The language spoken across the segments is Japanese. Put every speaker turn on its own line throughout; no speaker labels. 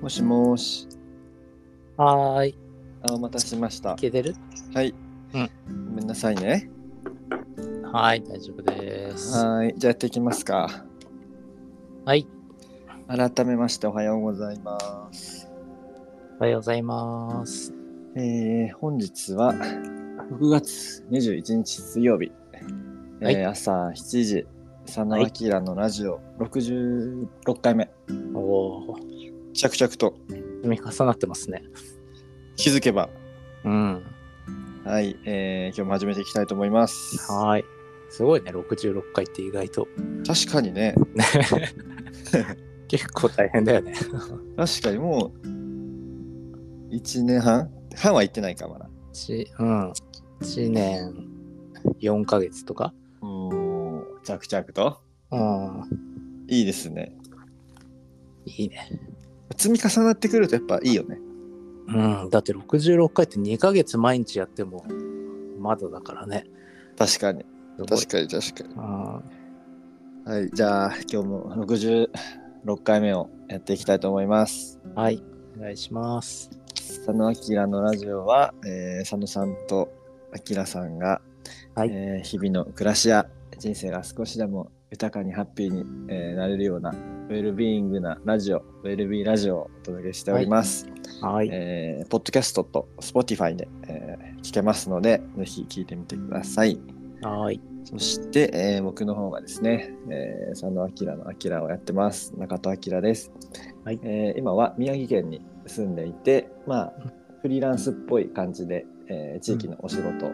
もしもーし。
はーい、
あ、お待たせしました。
聞いてる
はい。
う
ごめんなさいね。
はい、大丈夫です。
はーい。じゃあやっていきますか。
はい、
改めましておはようございます。
おはようございます。
えー、本日は6月21日水曜日。えー
はい
朝7時、佐野明のラジオ66回目。
おおー、
着々と
積み重なってますね。
気づけば。
うん。
はい。えー、今日も始めていきたいと思います。
はーい。すごいね、66回って意外と。
確かにね。
結構大変だよね。
確かにもう、1年半半は行ってないか、まだ。
ちうん。1年4ヶ月とか
おー着々と
うん。
いいですね
いいね。
積み重なってくるとやっぱいいよね
うん。だって66回って2ヶ月毎日やっても、まだだからね。
確かに
すごい
確かに確か
うん
にはいじゃあ今日も66回目をやっていきたいと思います
はい、お願いします。
佐野明のラジオは、えー佐野さんと明さんが、
はい
えー日々の暮らしや人生が少しでも豊かにハッピーに、えーなれるようなウェルビーイングなラジオウェルビーラジオをお届けしております、
はい。
えーポッドキャストと Spotify で、えー聞けますので、ぜひ聞いてみてください。
はい。
そして、えー僕の方がですね、えー、佐野明の明をやってます。中戸明です、
はい
えー今は宮城県に住んでいて、まあ、フリーランスっぽい感じで、えー地域のお仕事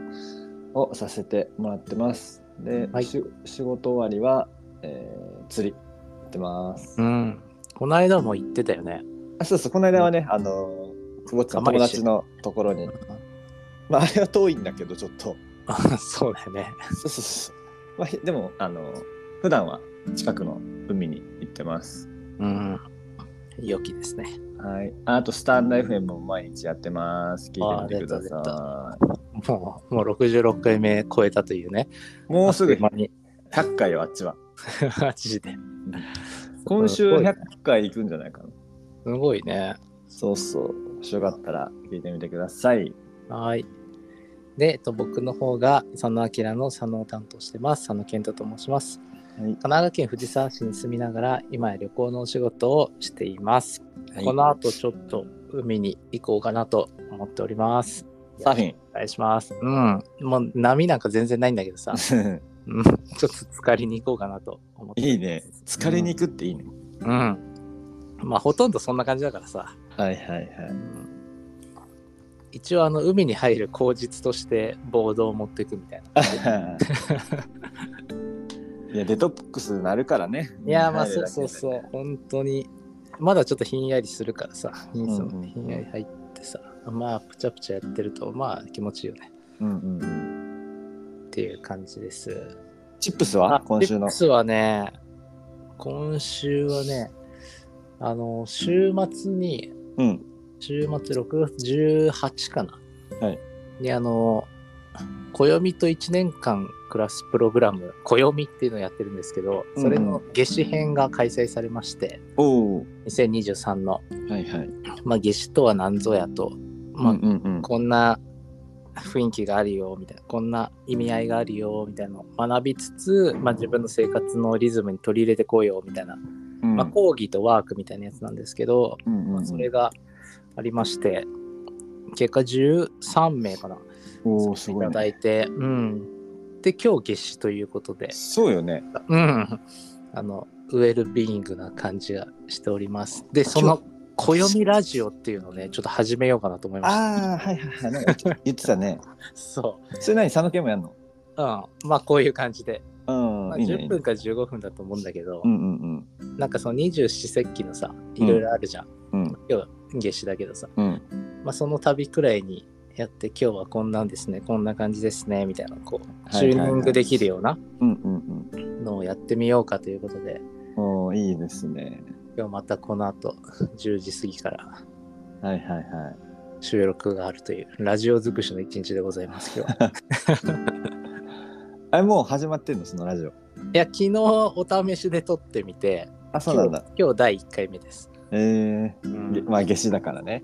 をさせてもらってます。で、
はい
し仕事終わりは、えー釣りやってます。
うん。この間も言ってたよね。
あそうそう、この間はね、あのー、久保ちゃんの友達のところにまあ、あれは遠いんだけど、ちょっと。
あ そうだよね。
そうそうそう。まあ、ひでも、あの、普段は近くの海に行ってます。
うん。良きですね。
はい。ああと、スタンド FM も毎日やってます。聞いてみてくだ
あー出た
さ
もう、もう66回目超えたというね。
い。もうすぐ
あっという間 に。
100回よ、あっちは。
マジで。
今週
すごいね
100回行くんじゃないかな。
すごいね。
そうそう。もしよかったら聞いてみてください。
はい。で、えっと、僕の方が佐野明の佐野を担当してます。佐野健太と申します。
はい
神。奈川県藤沢市に住みながら、今や旅行のお仕事をしています。この後、ちょっと海に行こうかなと思っております。
サーフ
お願いします。うん。もう波なんか全然ないんだけどさ、
ィン。
うんちょっと疲れに行こうかなと思って。
いいね。疲れに行くっていいね。
うん。まあ、ほとんどそんな感じだからさ。
はいはいはい。
一応、あの、海に入る口実として、ボードを持っていくみたいな。
いや、デトックスなるからね。
いや、まあ、そうそうそう。本当に。まだちょっとひんやりするからさ。ひ
う
ん
んうん
ひんやり入ってさ。まあ、ぷちゃぷちゃやってると、まあ、気持ちいいよね。
う。うんうんうん。
っていう感じです。
チップスは今週の
ッ。スはね、今週はね、あの、週末に、
うん。
週末6月18かな。
はい。
に、あの、暦と1年間暮らすプログラム、暦っていうのをやってるんですけど、それの夏至編が開催されまして、
おお。
2023の、
はいはい。
まあ、夏至とは何ぞやと、まあ、
うんうん
こんな雰囲気があるよみたいなこんな意味合いがあるよみたいなのを学びつつ、まあ、自分の生活のリズムに取り入れてこうよみたいな、
うん。
まあ、講義とワークみたいなやつなんですけど、
うんうん
ま
う
あ、
ん、
それがありまして結果13名かな
おおすごい、
いただ
ね。
いて、うんで今日夏至ということで
そうよね。
うんあのウェルビーイングな感じがしておりますでその暦ラジオっていうのをねちょっと始めようかなと思いました
ああはいはいはい。なんか言ってたね。
そう
それ何佐野家もやんの？
うん、まあこういう感じで、
うん、
まあ、
いいね。い
10
いね
分か15分だと思うんだけど、
うんうん
なんかその二十四節気のさいろいろあるじゃん、
うんうん
今日は夏至だけどさ、
うん。
まあ、その旅くらいにやって今日はこんなんですねこんな感じですねみたいなこう
はいは
チュ
いはい
ーニングできるような
うんうん
のをやってみようかということで、
うん。おおいいですね。
今日またこの後10時 過ぎから
はいはいはい。
収録があるというラジオ尽くしの一日でございま す今日は
あれもう始まってんのそのラジオ。
いや昨日お試しで撮ってみて
あそうなんだ。
今日今日第1回目です
え
う
ーげ
ん、
まあ、夏至だからね。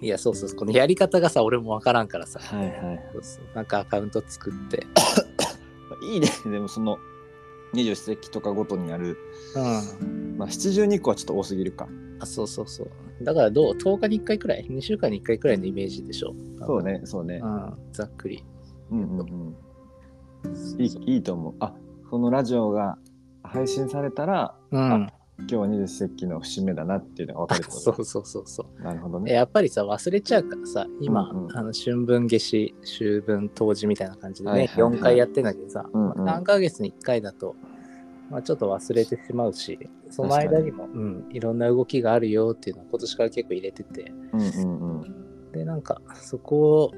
いやそうそうこのやり方がさ俺もわからんからさ
はいはい。
そうそうなんかアカウント作って
いいね。でも、その、二十四節気とかごとにやる。
うん
まあ、七十二個はちょっと多すぎるか。
あそうそうそうだからどう10日に1回くらい2週間に1回くらいのイメージでしょ
そうね、そうね
う。んざっくり
うんうんうん。いい、いいと思う。あ、このラジオが配信されたら、
うん
今日は二十四節気の節目だなっていうのが分かるってこと
そうそうそうそう
なるほど
で
ね。
やっぱりさ忘れちゃうからさ今、
うんうん
あの春分夏至秋分冬至みたいな感じでね、
はいはいはい
4回やってんだけどさ、
うんうん
何ヶ月に1回だと、まあ、ちょっと忘れてしまうしその間にもうん、いろんな動きがあるよっていうのを今年から結構入れてて
うんうんうん。
でなんかそこを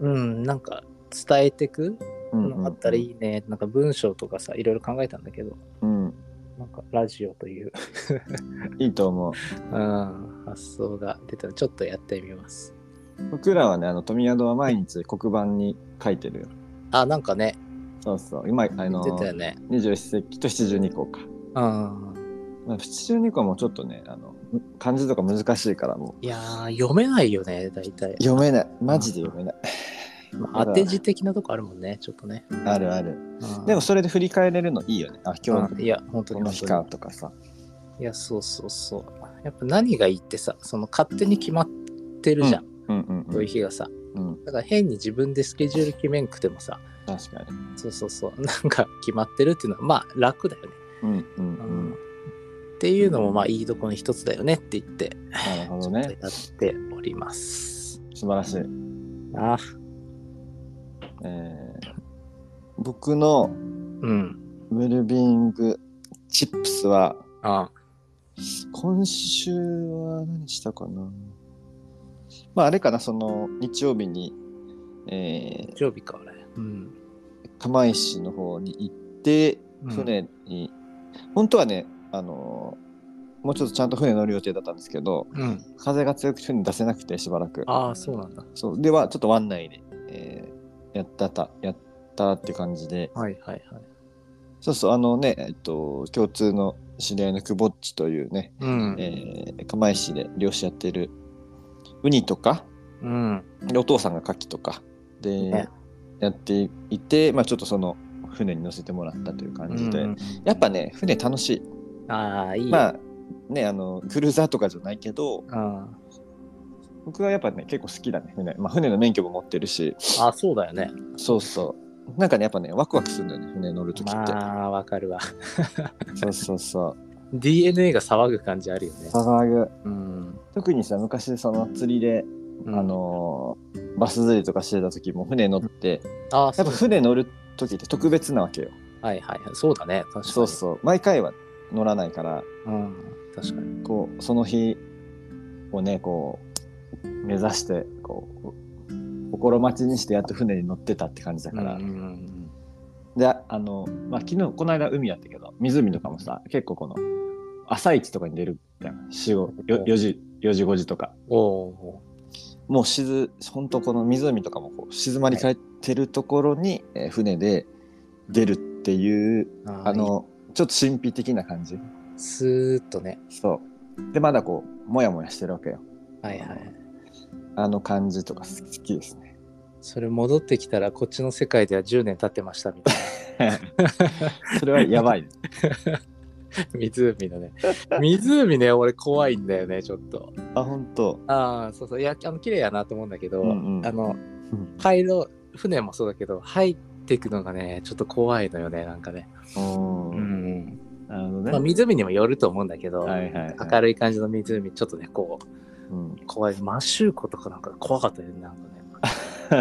うんなんか伝えてく
うんうんう
の
ん
あったらいいね、なんか文章とかさいろいろ考えたんだけど
うん。
なんかラジオという、
いいと思う。
うん、発想が出たらちょっとやってみます
僕らはね、あの、富宿は毎日黒板に書いてるよ。
あなんかね
そうそう。今、あ
言っ
の
て、たよね
二十四節気と七十二個か。
うん
まあ、七十二個はもうちょっとね、あの、漢字とか難しいから、も
いやー読めないよね大体
う。、読めない。マジで読めない。
まあ、当て字的なとこあるもんねちょっとね、
あるある。
うん
でも、それで振り返れるのいいよね。あ、今
うん
日、
いや本当
こ
に
の
本
日
当
か
に
とかさ。
いやそうそうそうやっぱ何がいいってさその勝手に決まってるじゃん、
うんうんう。
そういうん日がさ
うん、
だから変に自分でスケジュール決めんくてもさ
確かに。
そうそうそう なんか決まってるっていうのはまあ楽だよね、
うんうん
う
うんん。
っていうのもまあいいとこの一つだよねって言って
なるほど
ちょ
ね
っ。とやっております
素晴らしい。
あ
えー、僕の
うん
ウェルビーイングチップスは、
あ
今週は何したかなまああれかなその日曜日に、え
日曜日か俺うん
ー、釜石の方に行って
うん
船に、本当はねあのーもうちょっとちゃんと船乗る予定だったんですけど
うん
風が強くて船出せなくてしばらく
ああそうなんだ
そうではちょっと湾内で、えーやったたやったって感じで
はいはいはい
そうそうあのねえっと共通の知り合いのくぼっちというね、
うん
えー釜石で漁師やってるウニとか
うん。
でお父さんが牡蠣とかで、
ね
やっていて、まあ、ちょっとその船に乗せてもらったという感じで、やっぱね船楽しい、
ああ、いい。
まあねあのクルーザーとかじゃないけど
あ
僕はやっぱね結構好きだね船,、まあ、船の免許も持ってるし
あ、そうだよね。
そうそうなんかねやっぱねワクワクするんだよね船乗る時って、
まあ、わかるわ。
そうそうそう
DNA が騒ぐ感じあるよね。
騒ぐ
うん。
特にさ昔その釣りで、あ、のーバス釣りとかしてた時も船乗って、
ああ、そ
や
う
っぱ船乗る時って特別なわけよ
はいはいはい。そうだね。確かに。
そうそう毎回は乗らないから
う。うん。確かに。
こうその日をねこう目指してこう心待ちにしてやっと船に乗ってたって感じだから、
うん。
であの、まあ、昨日この間海やったけど湖とかもさ結構この朝一とかに出るじゃん4よ4時4時5時とか
おお
もう静本当この湖とかもこう静まり返ってるところに、えー船で出るっていう
ー。ー
あ、のちょっと神秘的な感じ
いいスーッとね。
そうでまだこうモヤモヤしてるわけよ
はいはい。
あの感じとか好き好きですね。
それ戻ってきたら、こっちの世界では10年経ってましたみたい
それはや ばい、ね。
な。 湖のね。湖ね、俺怖いんだよね、ちょっと。
あ、本当。
ああ、そうそう。いや、あの、綺麗やなと思うんだけど、
うんうん
あの
うん、
回路、船もそうだけど、入っていくのがね、ちょっと怖いのよね、なんかね。
う。
うんん。
なるほどね。
まあ、湖にもよると思うんだけど、
はいはいはい
明るい感じの湖、ちょっとね、こう、
うん、
怖い。マシューコとかなんか怖かったよね、なんかね。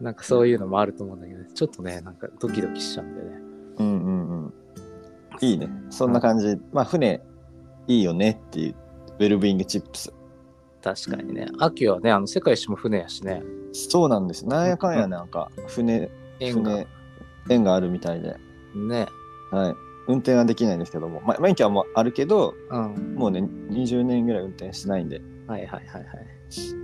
なんかそういうのもあると思うんだけど、ちょっとね、なんかドキドキしちゃうんだよね。
うんうんうん。いいね。そんな感じ。まあ、船、いいよねっていう、ウェルビーイングチップス。
確かにね。秋はね、あの、世界一周も船やしね。
そうなんです。なんやかんや、なんか、船、
縁が
船、縁があるみたいで。
ね。
はい。運転はできないんですけども、まあ、免許はもうあるけど、
うん。
もうね、20年ぐらい運転してないんで、
はいはいはいはい。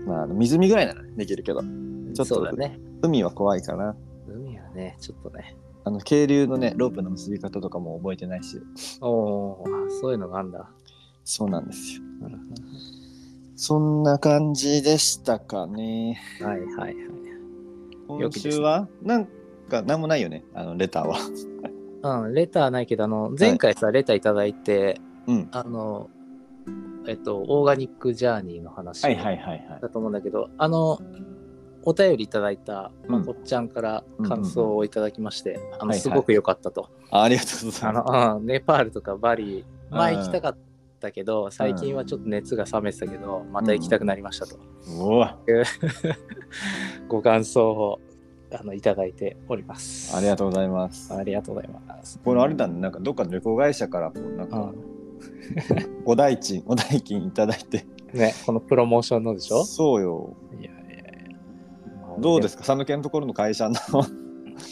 まあ、あの湖ぐらいならできるけど、ちょっと
そうだね。
海は怖いかな。
海はね、ちょっとね。
あの渓流のねロープの結び方とかも覚えてないし
おお、そういうのがあんだ。
そうなんですよ。そんな感じでしたかね。
はいはいはい。
今週は、なんか何もないよね、あのレターは。
うん、レターないけど、あの、前回さ、レターいただいて、
うん。
あの、えっと、オーガニックジャーニーの話
はいはいはいはい。
だと思うんだけど、あの、お便りいただいた、まあ
うん
こっちゃんから感想をいただきまして、あ
は
の、
いはい
すごく良かったと。
あありがとうござ
あ
います。
の、うんネパールとかバリ、
うん
前行きたかったけど、最近はちょっと熱が冷めてたけど、また行きたくなりましたと。
うわ
ご感想を、あの、いただいております。
ありがとうございます。
ありがとうございます。
これあれだね、なんかどっかの旅行会社からこうなん
う
かお代金、お代金いただいて。
ね、このプロモーションのでしょ
そうよ。
いやいやいや
どうです
か
か、寒気のところの会社の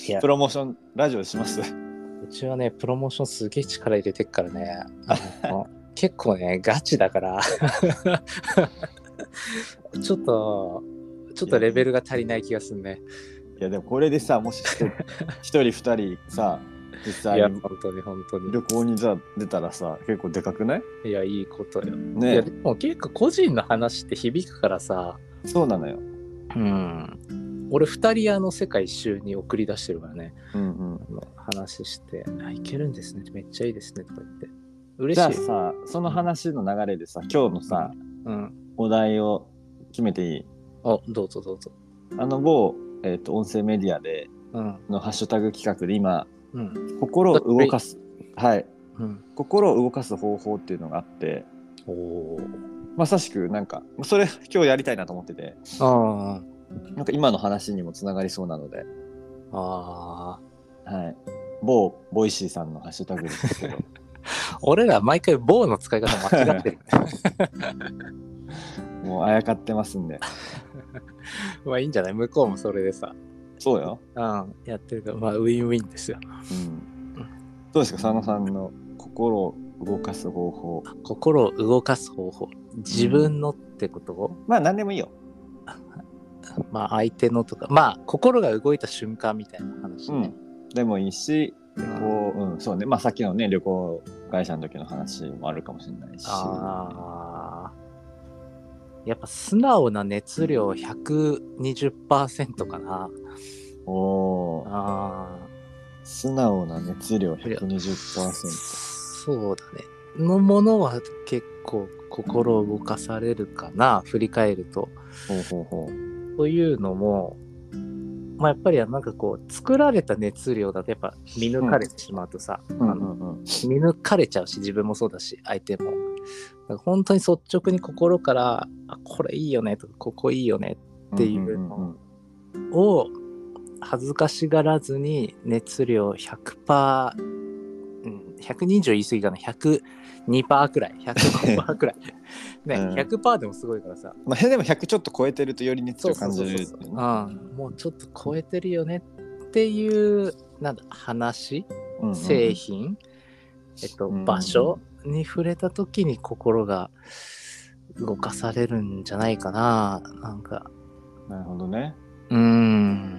いや
プロモーション、ラジオします。
うちはね、プロモーションすげえ力入れてっからね。あの 結構ね、ガチだから。 ちょっと、ちょっとレベルが足りない気がするね。
いや、でもこれでさ、もし 一人一人、二人さ、実
いや、
際に
本当に本当に
旅。行にさ、出たらさ、結構でかくない
いや、いいことよ。いや、
ね
でも結構個人の話って響くからさ、
そうなのよ。
うん。俺、二人あの世界一周に送り出してるからね。
うんうん。
あの話して、あ、いけるんですね。めっちゃいいですね。とか言って。嬉
じゃあ
しい。
さ、その話の流れでさ、今日のさ、
うん。
お題を決めていい
お、どうぞどうぞ。
あの某、えっと音声メディアで
うん。
のハッシュタグ企画で今、
うん。
心を動かす、はい、
うん。
心を動かす方法っていうのがあって、
おお。
まさしくなんか、それ今日やりたいなと思ってて、
ああ。
なんか今の話にもつながりそうなので、
あ
はい。某ボイシーさんのハッシュタグです けど、
あ。俺ら毎回棒の使い方間違って る。
もうあやかってますんで。
まあいいんじゃない向こうもそれでさ。
そうよ。
うん。やってるから、まあウィンウィンですよ。
うん。どうですか、佐野さんの心を動かす方法。
心を動かす方法。自分のってことを、
まあ何でもいいよ。
まあ相手のとか、まあ心が動いた瞬間みたいな話ね。
でもいいし、
うん
こう、うん、そうね。まあさっきのね、旅行会社の時の話もあるかもしれないし。
ああ。やっぱ素直な熱量120%かな。
おおー。
ああ。
素直な熱量120%。
そうだね。のものは結構心を動かされるかな、振り返ると。
ほうほうほう。
というのも、まあ、やっぱりなんかこう作られた熱量だとやっぱ見抜かれてしまうとさ、
うん
あの
うんうん。
見抜かれちゃうし自分もそうだし相手も。だから本当に率直に心から「あこれいいよね」とか「ここいいよねっていうの
んんん
を恥ずかしがらずに熱量100%、うん、120言い過ぎかな102%くらい105%くらい ね、
うん
100%でもすごいからさ
まあ、でも100ちょっと超えてるとより熱
そ
量
うそう
感
そ
じ
う
る。
そう、うん、もうちょっと超えてるよねっていうなんだ話
うんうん
製品、えっと、
うん
場所に触れた時に心が動かされるんじゃないかななんか
なるほどね。
うーん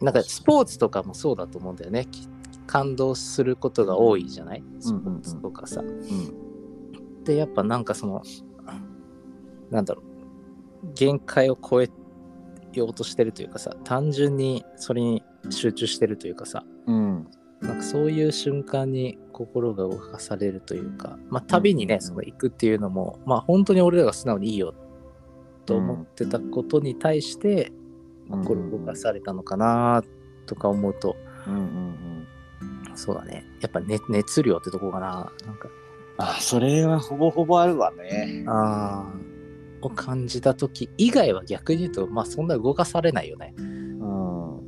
なんかスポーツとかもそうだと思うんだよね。き感動することが多いじゃないスポーツとかさ。
うん。
で、やっぱなんかその、なんだろう、限界を超えようとしてるというかさ、単純にそれに集中してるというかさ、
うん。
なんかそういう瞬間に心が動かされるというか、まあ旅にね、
うん
その行くっていうのも、まあ本当に俺らが素直にいいよと思ってたことに対して、心動かされたのかなとか思うと、
うんうんうん。
そうだね。やっぱ、ね、熱量ってとこかな。なんか、
あ、それはほぼほぼあるわね。
あーを感じた時以外は逆に言うと、まあそんな動かされないよね。
うん。
うん、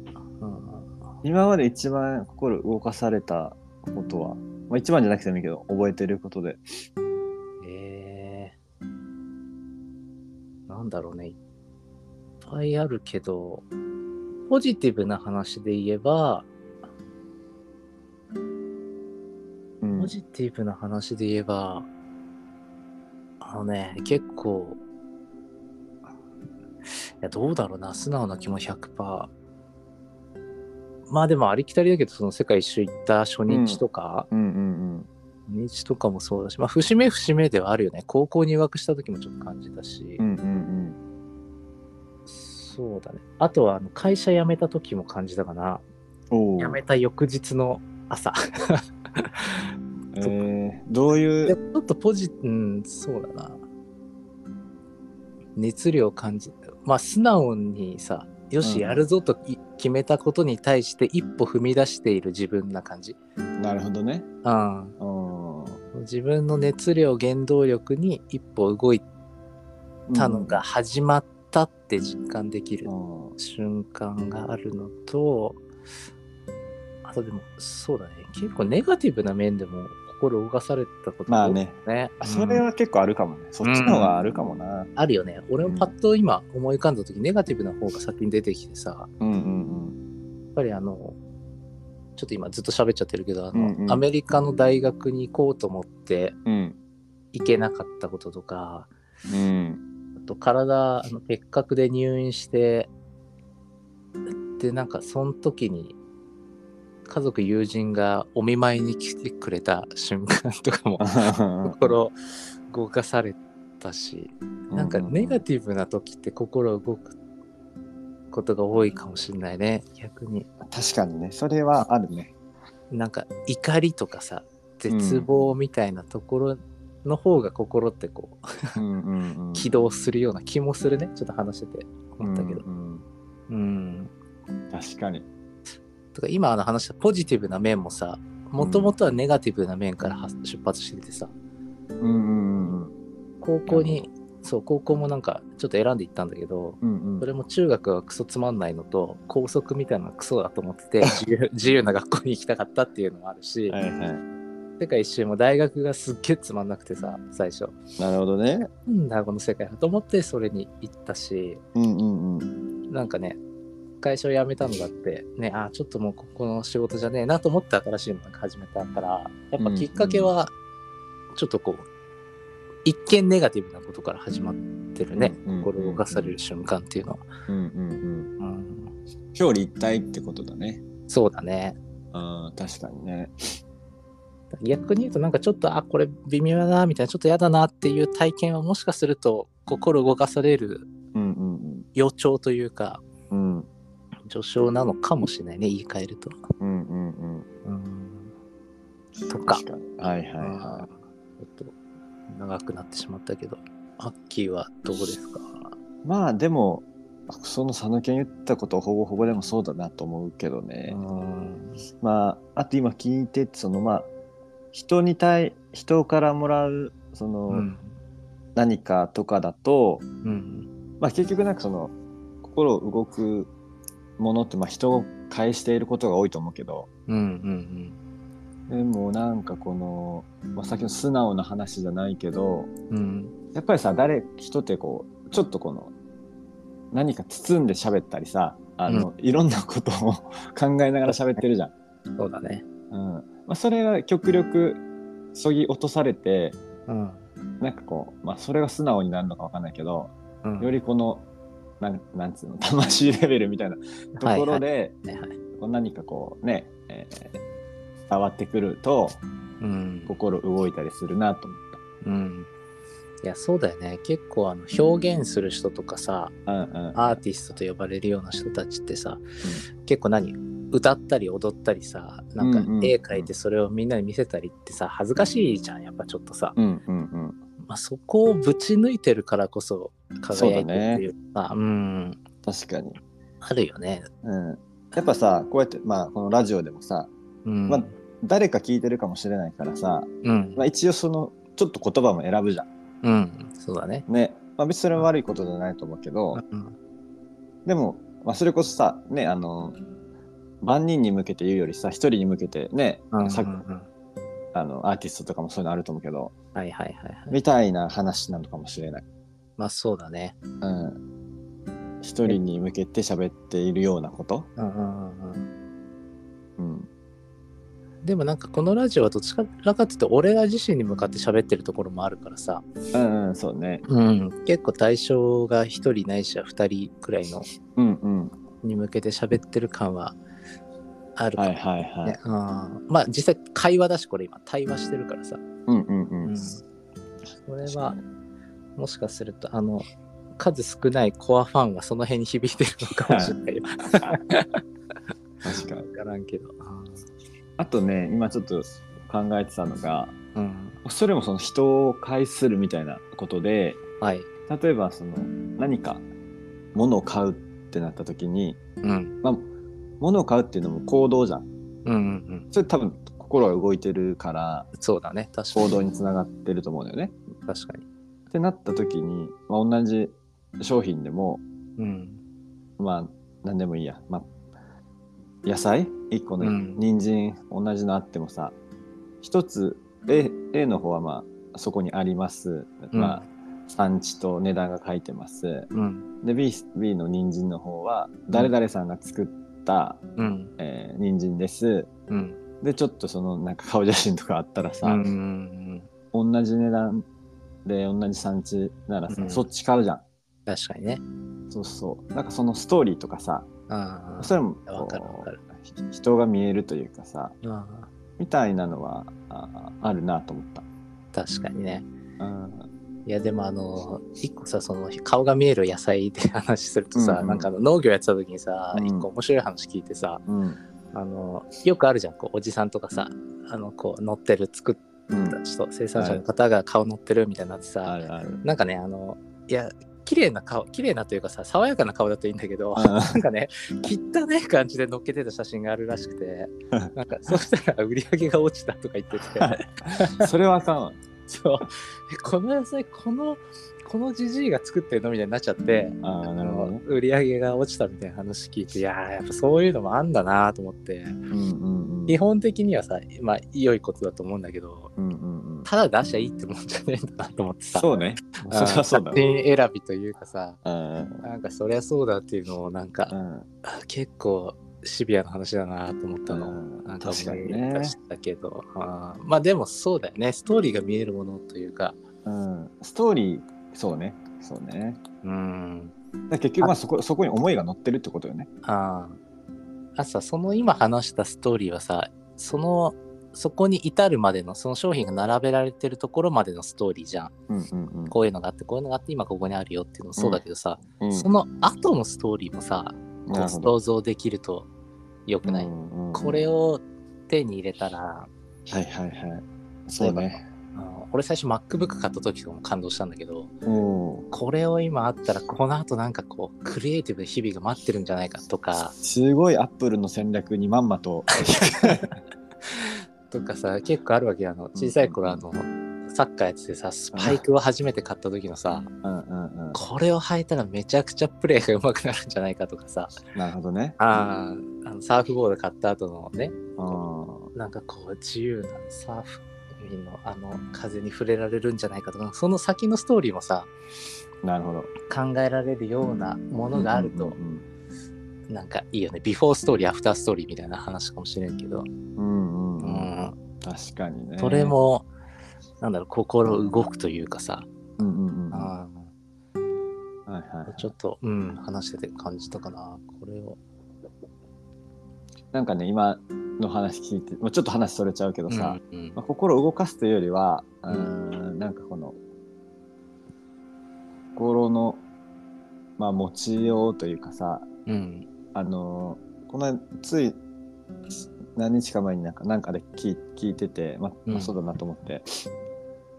今まで一番心動かされたことは、まあ一番じゃなくてもいいけど、覚えてることで。
えー、なんだろうね。いっぱいあるけど、ポジティブな話で言えば、
うん
ポジティブな話で言えば、あのね、結構、いや、どうだろうな、素直な気も100%。まあでもありきたりだけど、その世界一周行った初日とか、
うんうん
土日とかもそうだし、まあ、節目節目ではあるよね。高校入学した時もちょっと感じたし、
うんうん
そうだね。あとは、あの会社辞めた時も感じたかな。
うん。おお。
辞めた翌日の朝。
えー、どうい
で
う、
もちょっとポジ、うん、そうだな。熱量を感じ、まあ素直にさ、
う
よ
ん
し、やるぞとい決めたことに対して一歩踏み出している自分な感じ。
なるほどね。
うん。
うん
自分の熱量、原動力に一歩動いたのが。始まったって実感できる
うん
瞬間があるのと、あとでも、そうだね。結構ネガティブな面でも心動かされたこと
ま
が
あ
多い
ね、
ね。
あそれは結構あるかもね。そっちの方があるかもな。
あるよね。俺もパッと今思い浮かんだ時、ネガティブな方が先に出てきてさ、
うんうん
やっぱりあの、ちょっと今ずっと喋っちゃってるけど、あの、
うんうん
アメリカの大学に行こうと思って
うん。うん。
行けなかったこととか、
うん。
あと体、あの別格で入院して、で、なんかその時に、家族友人がお見舞いに来てくれた瞬間とかも心動かされたし、なんかネガ
テ
ティブな時って心動くことが多いかもしれないね逆に
ィブ。確かにね、それはあるね。
なんか怒りとかさ絶望みたいなところの方が心ってこう、
うんうん うん。
起動するような気もするねちょっと話してて思ったけど
うん
うん、
うん確かに。
とか今あの話したポジティブな面もさもともとはネガティブな面から発出発しててさ
うんうんうん
高校にそう高校もなんかちょっと選んでいったんだけど
うん
それも中学がクソつまんないのと校則みたいなのがクソだと思ってて自由 自由な学校に行きたかったっていうのもあるし、
うん。はいはい。
世界一周も大学がすっげえつまんなくてさ最初
なるほどね。
なんだこの世界はと思ってそれに行ったし
うんうんうん。
なんかね会社を辞めたのだってねあーちょっともうここの仕事じゃねえなと思って新しいのなんか始めたからやっぱきっかけはちょっとこう、一見ネガティブなことから始まってるね、
うんうんうんうん
心動かされる瞬間っていうのは、
うんうん
うん、
うん。表裏一体ってことだね。
そうだね
ああ、確かにね。
逆に言うとなんかちょっとあこれ微妙だなみたいなちょっと嫌だなっていう体験はもしかすると心動かされる
うんうん
予兆というか
うん。うん
序章なのかもしれないね言い換えると。
うんうんうん。
うんとか
確に。はいはい
あ
は
ーちょっと長くなってしまったけどアッキーはどうですか
い。まあでも、その佐野健言ったことほぼほぼでもそうだなと思うけどね。
ん
まあ、あと今聞いてそのまあ人に対人からもらうその、
うん
何かとかだと、
うん
まあ、結局なんかその心動くものってまあ人を介していることが多いと思うけど
うんうん
でもなんかこの、まあ、さっきの素直な話じゃないけど
うんうん
やっぱりさ誰人ってこうちょっとこの何か包んで喋ったりさあの、いろんなことを 考えながら喋ってるじゃん。
そうだね
うんまあ、それが極力そぎ落とされて
うん
なんかこう、まあ、それが素直になるのかわかんないけど、
うん
よりこのなんなんつうの魂レベルみたいなところで、
はいはい
こう何かこうね、えー伝わってくると
うん
心動いたりするなと思っ
うんいやそうだよね結構あの表現する人とかさ
た。うんうん
アーティストと呼ばれるような人たちってさ、結構何歌ったり踊ったりさなんか
うんうんうん
絵描いてそれをみんなに見せたりってさ恥ずかしいじゃんやっぱちょっとさ、
うんうんうん、
まあ、そこをぶち抜いてるからこそ輝いてる
そうだね
っていうかうん
確かに、
あるよね。
うん、やっぱさこうやって、まあ、このラジオでもさ
うん
まあ誰か聞いてるかもしれないからさ、
うん
まあ、一応そのちょっと言葉も選ぶじゃん。
うん、そうだね。
ねまあ、別にそれは悪いことじゃないと思うけど、
うん
でも、まあ、それこそさねあの万人に向けて言うよりさ一人に向けてね、
うんうん
さ
うん
あのアーティストとかもそういうのあると思うけど
はいはいはいはい。
みたいな話なのかもしれない、
まあそうだね。
うん、一人に向けて喋っているようなこと、
うんうんうんうん
うん、
でもなんかこのラジオはどちらかっていうと俺ら自身に向かって喋ってるところもあるからさ、
うんうんそうね
うん、結構対象が1人ないしは2人くらいの
うんうん
に向けて喋ってる感はあるか
は
ら、
いはいはい。
ねうん、まあ実際会話だしこれ今対話してるからさ、
うんうんうん。
うん、それはもしかするとあの数少ないコアファンはその辺に響いてるのかもしれないよ。
確かに。
分からんけど。
あとね、今ちょっと考えてたのが、
うん、
それもその人を介するみたいなことで、
はい。
例えばその何か物を買うってなった時に、
うん。
まあ、物を買うっていうのも行動じゃん。
うんうんうん。
それ多分心が動いてるから
そうだね。確か
行
に。
動につながってると思うんだよね。
確かに。
ってなった時に、まあ、同じ商品でも
うん。
まあ何でもいいや、まあ、野菜1個ね、
うん
人参同じのあってもさ1つ A, A の方はまあそこにあります、
うん
まあ産地と値段が書いてます
うん。
で B, B の人参の方は誰々さんが作った、
うん。
えー人参です
うん。
でちょっとそのなんか顔写真とかあったらさ、
うんうん。
同じ値段で同じ産地ならさ、
うん
そっち買うじゃん
確かにね。
そうそうなんかそのストーリーとかさ
ああ。
それもこう
わかるわかる。
ひ人が見えるというかさ
ああ。
みたいなのはああるなと思った。
確かにね。
うん
いやでもあの一個さその顔が見える野菜で話すると
う
さ、
んうん
なんかあの農業やってた時にさ
うん
一個面白い話聞いてさ、
うん
あのよくあるじゃんこうおじさんとかさあのこう乗ってる作っ
うん
た人、生産者の方が顔乗ってるみたいになってさ、
あるある。
なんかねあのいや綺麗な顔綺麗なというかさ爽やかな顔だといいんだけど、なんかね汚い感じで乗っけてた写真があるらしくてなんかそうしたら売り上げが落ちたとか言ってて。
うん それはあかんわ。
そうえこの野菜このこのじじいが作ってるのみたいになっちゃって、
ああなるほどね。
売り上げが落ちたみたいな話聞いていやーやっぱそういうのもあんだなと思って
うんうんうん。
基本的にはさまあ良いことだと思うんだけど
うんうんうん。
ただ出しゃいいってもんじゃねえんだなと思ってさ
そうね。
うん
それはそうだ
作
ね。
品選びというかさ
うん
なんかそりゃそうだっていうのをなんか、
うん
あ結構シビアな話だなと思ったの、
うん
なん
確かに
思い
ね
出。したけど、あーまあでもそうだよねストーリーが見えるものというか
うんストーリーそうねそうね。
うん
だから結局まあそこそこに思いが乗ってるってことよね。
あああさその今話したストーリーはさそのそこに至るまでのその商品が並べられてるところまでのストーリーじゃん
うんうんうん
こういうのがあってこういうのがあって今ここにあるよっていうのもそうだけどさ、
うん。
その後のストーリーもさ、こう
なるほど
想像できるとよくない、
うんうん
これを手に入れたら
はいはいはい。そうね。
あの俺最初 MacBook 買った時とかも感動したんだけど
おー
これを今あったらこの後なんかこうクリエイティブな日々が待ってるんじゃないかとか
すごいアップルの戦略にまんま と。
とかさ結構あるわけよあの小さい頃あのサッカーやっててさスパイクを初めて買った時のさ
うんうんうん。
これを履いたらめちゃくちゃプレーが上手くなるんじゃないかとかさ
なるほどね。
あーあのサーフボード買った後のね
あー
なんかこう自由なサーフのあの風に触れられるんじゃないかとかその先のストーリーもさ
なるほど。
考えられるようなものがあると、
うん
なんかいいよねビフォーストーリーアフターストーリーみたいな話かもしれんけど、
うんうん
う
うん。
ん、
確かにね。
それ。もなんだろう心動くというかさ、
うんうんうん。は
あー
いはい。
ちょっと、うん、話してて感じたかな。これを。
なんかね、今の話聞いて、まあ、ちょっと話それちゃうけどさ、
うん
まあ、心を動かすというよりは、う
うん
ん、なんかこの、心の、まあ、持ちようというかさ、
うん。
あのーこのつい何日か前になんかなんかで聞い聞いてて、ま
うん
そうだなと思って、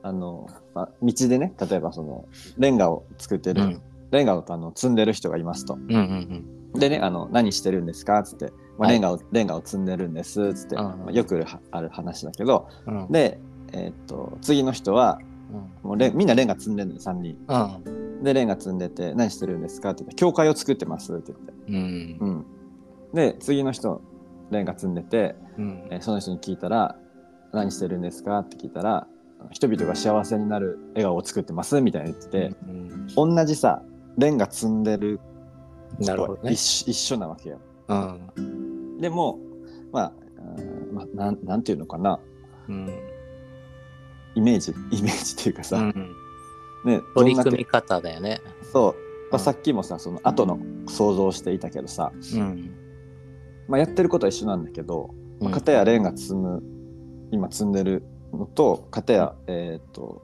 あの、ま道でね例えばそのレンガを作ってる、
うん
レンガをあの積んでる人がいますと
うん。うん。
でねあの「何してるんですか?」っつって、まあ、
はい
レンガを、レンガを積んでるんですっつって、
うん
まあよくある話だけど
うん。うん。
で、えーっと次の人は
うん。
もうレンみんなレンガ積んでるの3人
うん。
でレンガ積んでて「何してるんですか?」って言って「教会を作ってます」って言って。
うん
う。ん、で次の人レンガ積んでて、
うん
えーその人に聞いたら「何してるんですか?」って聞いたら「人々が幸せになる笑顔を作ってます」みたいに言ってて、
うん
同じさレンガ積んでる
なるほどね。
一緒一緒なわけよ。
うん。
でもまああーまあなんなんていうのかな
うん。
イメージイメージっていうかさ、
うん
ね、
取り組み
どんな
方だよね。
手そう、まあ、さっきもさその後の想像していたけどさ、
うん。
まあ、やってることは一緒なんだけど、まあ、片やレンガ積む、今積んでるのと片や、えー、と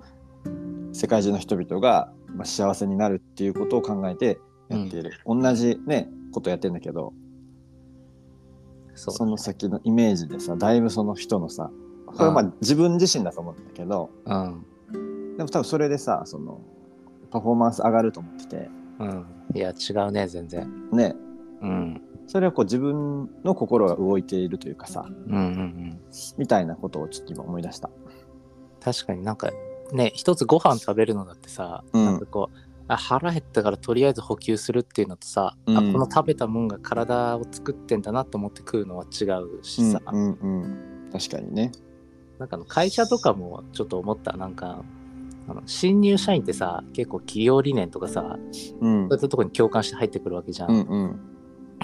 世界中の人々が、まあ、幸せになるっていうことを考えてやっている、同じねことやってんだけど
そ
そうの先のイメージでさだいぶその人のさこれはまあ自分自身だと思うんだけど
うん
でも多分それでさそのパフォーマンス上がると思ってて
うんいや違うね全然
ね
うん
それはこう自分の心が動いているというかさ
うんうんうん
みたいなことをちょっと今思い出した。
確かになんかね一つご飯食べるのだってさ、
うん
なんかこうあ腹減ったからとりあえず補給するっていうのとさ、
うん
あこの食べたもんが体を作ってんだなと思って食うのは違うしさ、
うんうんうん、確かにね。
なんかあの会社とかもちょっと思ったなんかあの新入社員ってさ結構企業理念とかさ
うん
そういったとこに共感して入ってくるわけじゃん。
うんうん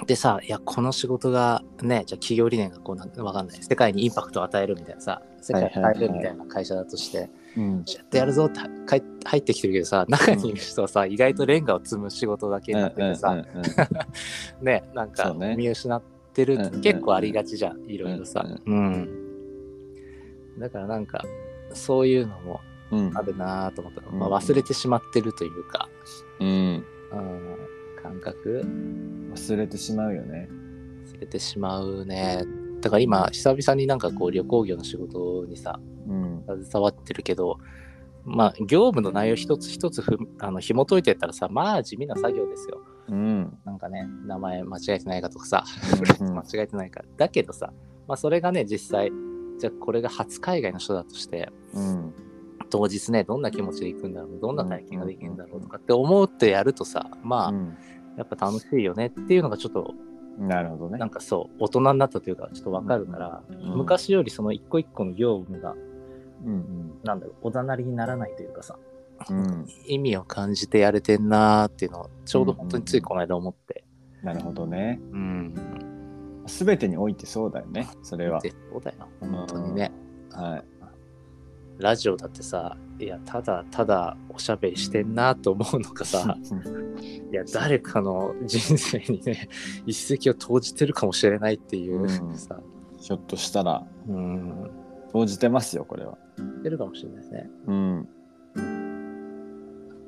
でさいやこの仕事がねじゃあ企業理念がこうなんわかんない世界にインパクトを与えるみたいなさ世界を変えるみたいな会社だとして、
うん
やってやるぞって入入ってきてるけどさ中にいる人はさ、意外とレンガを積む仕事だけになっててさ、
うんうんうん
ねなん
そ
か
うね
見失って
う
る
んうんうん
結構ありがちじゃん、いろいろさ、うんだからなんかそういうのも
うん
あるなぁと思った、
うん
まあ、忘れてしまってるというか、
うん、
うん、感覚
忘れてしまうよね。
忘れてしまうねだから今久々になんかこう旅行業の仕事にさ
うん、
携わってるけど、まあ、業務の内容一つ一つふあの紐解いてったらさ、まあ地味な作業ですよ。
うん、
なんかね、名前間違えてないかとかさ、
うん
間違えてないか。だけどさ、まあそれがね、実際、じゃあこれが初海外の人だとして、
うん、
当日ね、どんな気持ちで行くんだろう、どんな体験ができるんだろうとかって思ってやるとさ、まあ、やっぱ楽しいよねっていうのがちょっと、
うん、なるほどね
なん。かそう、大人になったというか、ちょっとわかるから、
ん
昔よりその一個一個の業務が、
うん、
なんだろう、おざなりにならないというかさ、
うん、うん、
意味を感じてやれてんなーっていうのをちょうど本当についこの間思って。
なるほどね。
うん。
すべてにおいてそうだよね。それは。
絶そうだよ。本当にね。
はい。
ラジオだってさ、いや、ただただおしゃべりしてんなと思うのか さ、いや、誰かの人生にね、一石を投じてるかもしれないっていううんさ、
ひょっとしたら
うん、
投じてますよ、これは。
してるかもしれないですね。
うん、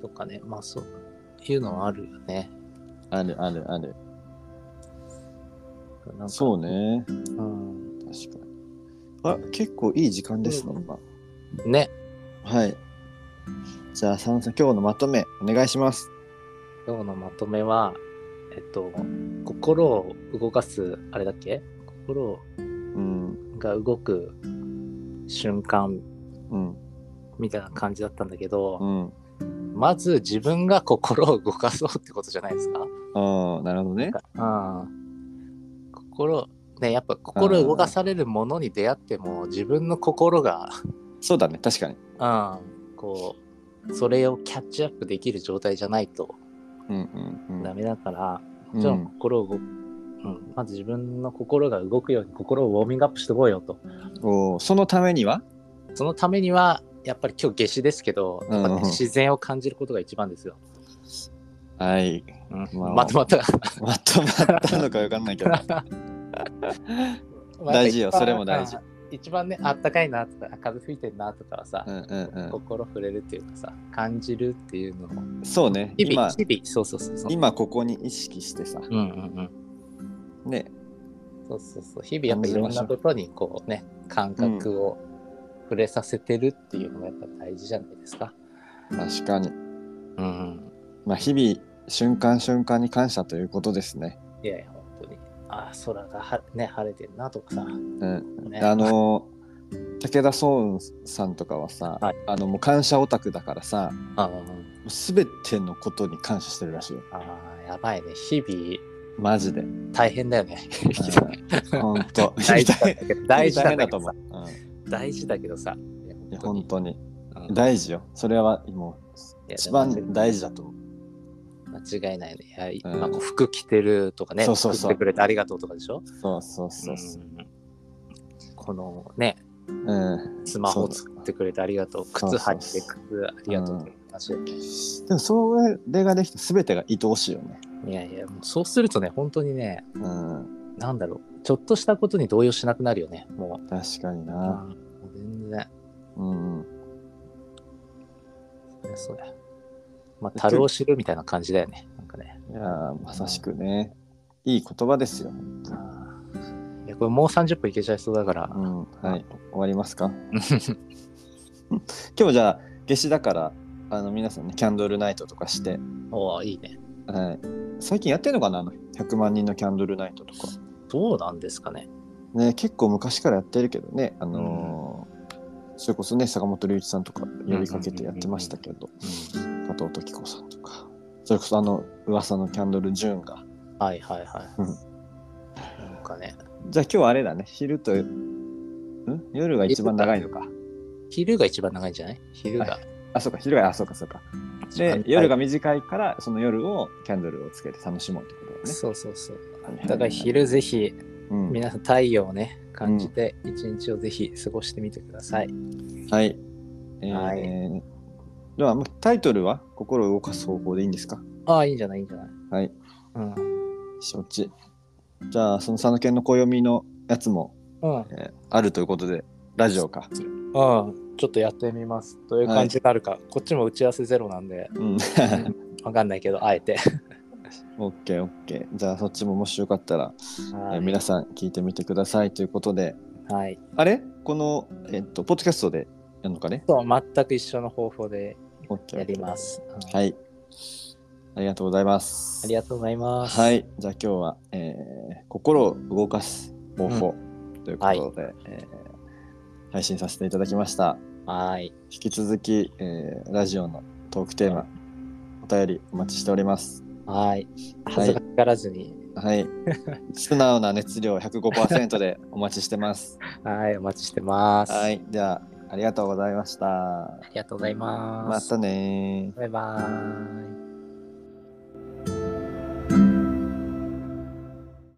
とかね、まあそういうのはあるよね。
あるあるある。
なんか
そうね。
うん。
確かに。あ、結構いい時間ですね、
うん
今。
ね、
はい。じゃあ、佐野さん、今日のまとめ、お願いします。
今日のまとめは、えっと、心を動かす、あれだっけ心を
うん、
が動く瞬間
うん、
みたいな感じだったんだけど、
うん。
まず自分が心を動かそうってことじゃないですか。
ああ、なるほどね。
うん、心ねやっぱ心動かされるものに出会っても自分の心が、
そうだね、確かに。
うん、こうそれをキャッチアップできる状態じゃないと
うん、うん、
ダメだから、
うん。
もちろん心を動く、うん、まず自分の心が動くように心をウォーミングアップしてこうよと。
おーそのためには
そのためにはやっぱり今日夏至ですけど、やっぱね
うんうん
自然を感じることが一番ですよ。
はい。
うん
まあ
まとまった。
まとまったのかわかんない けど。 大事よそれも大事。
一番ね、あったかいなとか、あ風吹いてるなとかはさ、
うんうん
心触れるっていうかさ、感じるっていうのを、
うん。そうね。
日
今、
々、日々、そうそうそうそう。
今ここに意識してさ。
うんうんうん。
ね。
そうそうそう。日々やっぱいろんなことにこうね、感覚を触れさせてるっていうのがやっぱ大事じゃないですか。
確かに。
うん。
まあ、日々、瞬間瞬間に感謝ということですね。
いやいや、本当に。ああ、空がは、ね、晴れてるなとかさ。
うん。
ね、
あのー、武田壮雲さんとかはさ、
はい
あの、もう感謝オタクだからさ、
あ
すべてのことに感謝してるらしいよ。
あーやばいね日々
マジで。
大変だよね
本当
大事 なんだけど大事なん
だ
だけ
と思
どさ
う。うん
大事だけどさ
いや本当に。
うん
大事よ。それはも
いうや
一番大事だと思う。
間違いないねいや、
ん
今こう服着てるとかね
そうそうそう
作ってくれてありがとうとかでしょ
そうそうそうそう。
うんこのね
うん。
スマホを作ってくれてありがとう
そう
靴履いて靴ありがとうって話だよね
でもそれができて全てが愛おしいよね。
いやいやもうそうするとね本当にね
うん。
なんだろうちょっとしたことに動揺しなくなるよね、も
確かに
う。
な。
もう全然、
うん。
それそれ。まあ、樽を知るみたいな感じだよね。なんかね。
いやーまさしくね。いい言葉ですよ。
いや、これもう30分いけちゃいそうだから
う。ん。はい。終わります か今日じゃあ、夏至だから、あの、皆さんね、キャンドルナイトとかして、
おおいいね。
はい。最近やってんのかなあの、100万人のキャンドルナイトとか。
どうなんですかね。
ね、結構昔からやってるけどね、あのーそれこそね、坂本龍一さんとか呼びかけてやってましたけど、加藤時子さんとか、それこそあの、噂のキャンドル・ジュンが。
はいはいは
うん
い。なんかね、
じゃあ今日はあれだね、昼と、ん夜が一番長いのか。
昼が一番長いんじゃない昼が
は。あ、そうか、昼が、あ、そうか、そうか。
一番
で、
長い
夜が短いから、その夜をキャンドルをつけて楽しもうってことだね。
そうそうそう。
はいはいはい
だから、昼ぜひ、
うん
皆さん太陽をね、感じて、一日をぜひ過ごしてみてください。
はい。えー
はい
では、タイトルは心を動かす方法でいいんですか
ああ、いいんじゃないいいんじゃない
はい。
うん。
承知。じゃあ、その佐野県の暦のやつも、
うん。
えーあるということで、ラジオか。
うん、ちょっとやってみます。どういう感じになるか、こっちも打ち合わせゼロな んで、
うん。
わかんないけど、あえて。
オッケーオッケー。じゃあ、そっちももしよかったら、えー
は
皆さん聞いてみてくださいということで、
い。はい、
あれこの、えっと、ポッドキャストでやるのかね
そう、全く一緒の方法で
オッケー
やります。。
はいい。ありがとうございます。
ありがとうございます。
は。い。じゃあ今日は、えー心を動かす方法ということで、えー配信させていただきました。
はい。
引き続き、えーラジオのトークテーマ、お便りお待ちしております。
はい。恥ずかしがらずに、
はい。素直な熱量105%でお待ちしてます。
はい、お待ちしてます。。
はいい。では、ありがとうございました。
ありがとうございま。
ますたねー。
バイバーイ。